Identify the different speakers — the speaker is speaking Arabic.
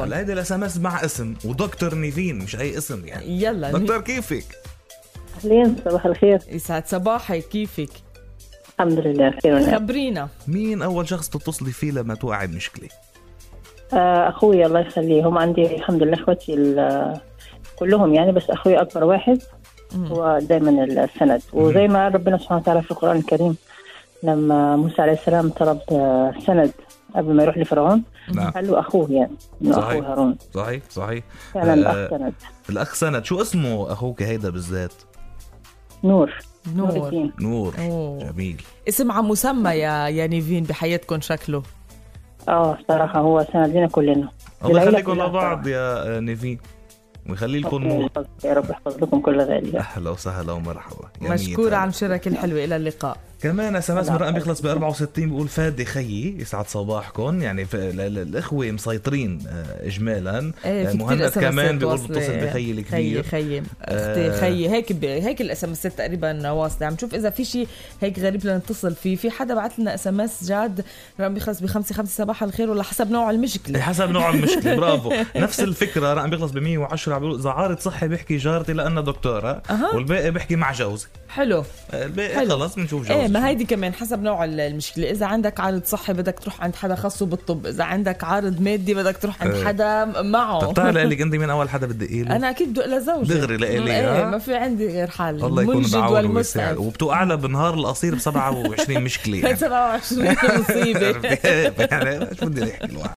Speaker 1: طيب.
Speaker 2: هلا طيب. هيدي الاس ام اس مع اسم ودكتور نيفين مش اي اسم يعني
Speaker 1: يلا
Speaker 2: دكتور كيفك؟
Speaker 3: اهلين صباح الخير
Speaker 1: يسعد صباحك كيفك
Speaker 3: الحمد لله بخير ونعم.
Speaker 1: خبرينا
Speaker 2: مين اول شخص تتصلي فيه لما توقعي بمشكله؟
Speaker 3: آه، اخوي الله يخليه هم عندي الحمد لله اخوتي ال- كلهم يعني بس اخوي اكبر واحد هو دائما السند وزي ما ربنا سبحانه وتعالى في القران الكريم لما موسى عليه السلام طلب آه، سند قبل ما يروح لفرعون
Speaker 2: نعم
Speaker 3: قال له اخوه يعني انه
Speaker 2: صحيح.
Speaker 3: اخوه هارون
Speaker 2: صحيح صحيح
Speaker 3: فعلا
Speaker 2: آه.
Speaker 3: اخ سند
Speaker 2: الاخ سند شو اسمه اخوك هيدا بالذات؟
Speaker 3: نور نور
Speaker 1: نور
Speaker 3: الدين
Speaker 2: نور
Speaker 1: أوه.
Speaker 2: جميل
Speaker 1: اسم عم مسمى يا يا نيفين بحياتكم شكله
Speaker 3: اه صراحه هو سند لنا كلنا
Speaker 2: الله
Speaker 3: العيلة
Speaker 2: يخليكم
Speaker 3: كلها
Speaker 2: لبعض يا آه، نيفين ويخلي لكم
Speaker 3: ربنا
Speaker 2: نور
Speaker 3: يحفظك يا رب يحفظ لكم كل ذلك
Speaker 2: اهلا وسهلا ومرحبا جميل. طيب.
Speaker 1: مشكورة على المشاركة الحلوة إلى اللقاء
Speaker 2: كمان اس ام اس من رقم بيخلص ب 64 بيقول فادي خيي يسعد صباحكم يعني ف- ال- ال- الاخوه مسيطرين آه، اجمالا
Speaker 1: إيه،
Speaker 2: آه،
Speaker 1: في كتير
Speaker 2: مهند
Speaker 1: SMS
Speaker 2: كمان بيقول
Speaker 1: واصلة.
Speaker 2: بتصل بخيي
Speaker 1: خيي
Speaker 2: الكبير
Speaker 1: خيي اختي
Speaker 2: آه.
Speaker 1: خيي هيك ب... هيك الاس ام اسات تقريبا واصله عم نشوف اذا في شيء هيك غريب لنتصل فيه في حدا بعت لنا اس ام اس جاد رقم بيخلص بخمسة خمسة صباح الخير ولا حسب نوع المشكله
Speaker 2: حسب نوع المشكله برافو نفس الفكره رقم بيخلص ب 110 بيقول اذا عارض صحي بحكي جارتي لانها دكتوره
Speaker 1: أها.
Speaker 2: والباقي بحكي مع جوزي
Speaker 1: حلو
Speaker 2: آه، الباقي
Speaker 1: حلو.
Speaker 2: خلص بنشوف جوزي
Speaker 1: ايه ما هيدي كمان حسب نوع ال- المشكله اذا عندك عارض صحي بدك تروح عند حدا خاصه بالطب اذا عندك عارض مادي بدك تروح عند
Speaker 2: إيه.
Speaker 1: حدا معه
Speaker 2: طب تعالي لك انت مين اول حدا بدي إيه له
Speaker 1: انا اكيد بدق لزوجي
Speaker 2: دغري لإلي،
Speaker 1: ايه
Speaker 2: ها؟
Speaker 1: ما في عندي غير حل
Speaker 2: الله يكون
Speaker 1: المنجد
Speaker 2: بعونه ويساعد
Speaker 1: والمسعف
Speaker 2: وبتوقع لها بالنهار القصير ب 27 مشكله يعني
Speaker 1: 27 مصيبه
Speaker 2: عرفتي؟ يعني شو بدي نحكي الواحد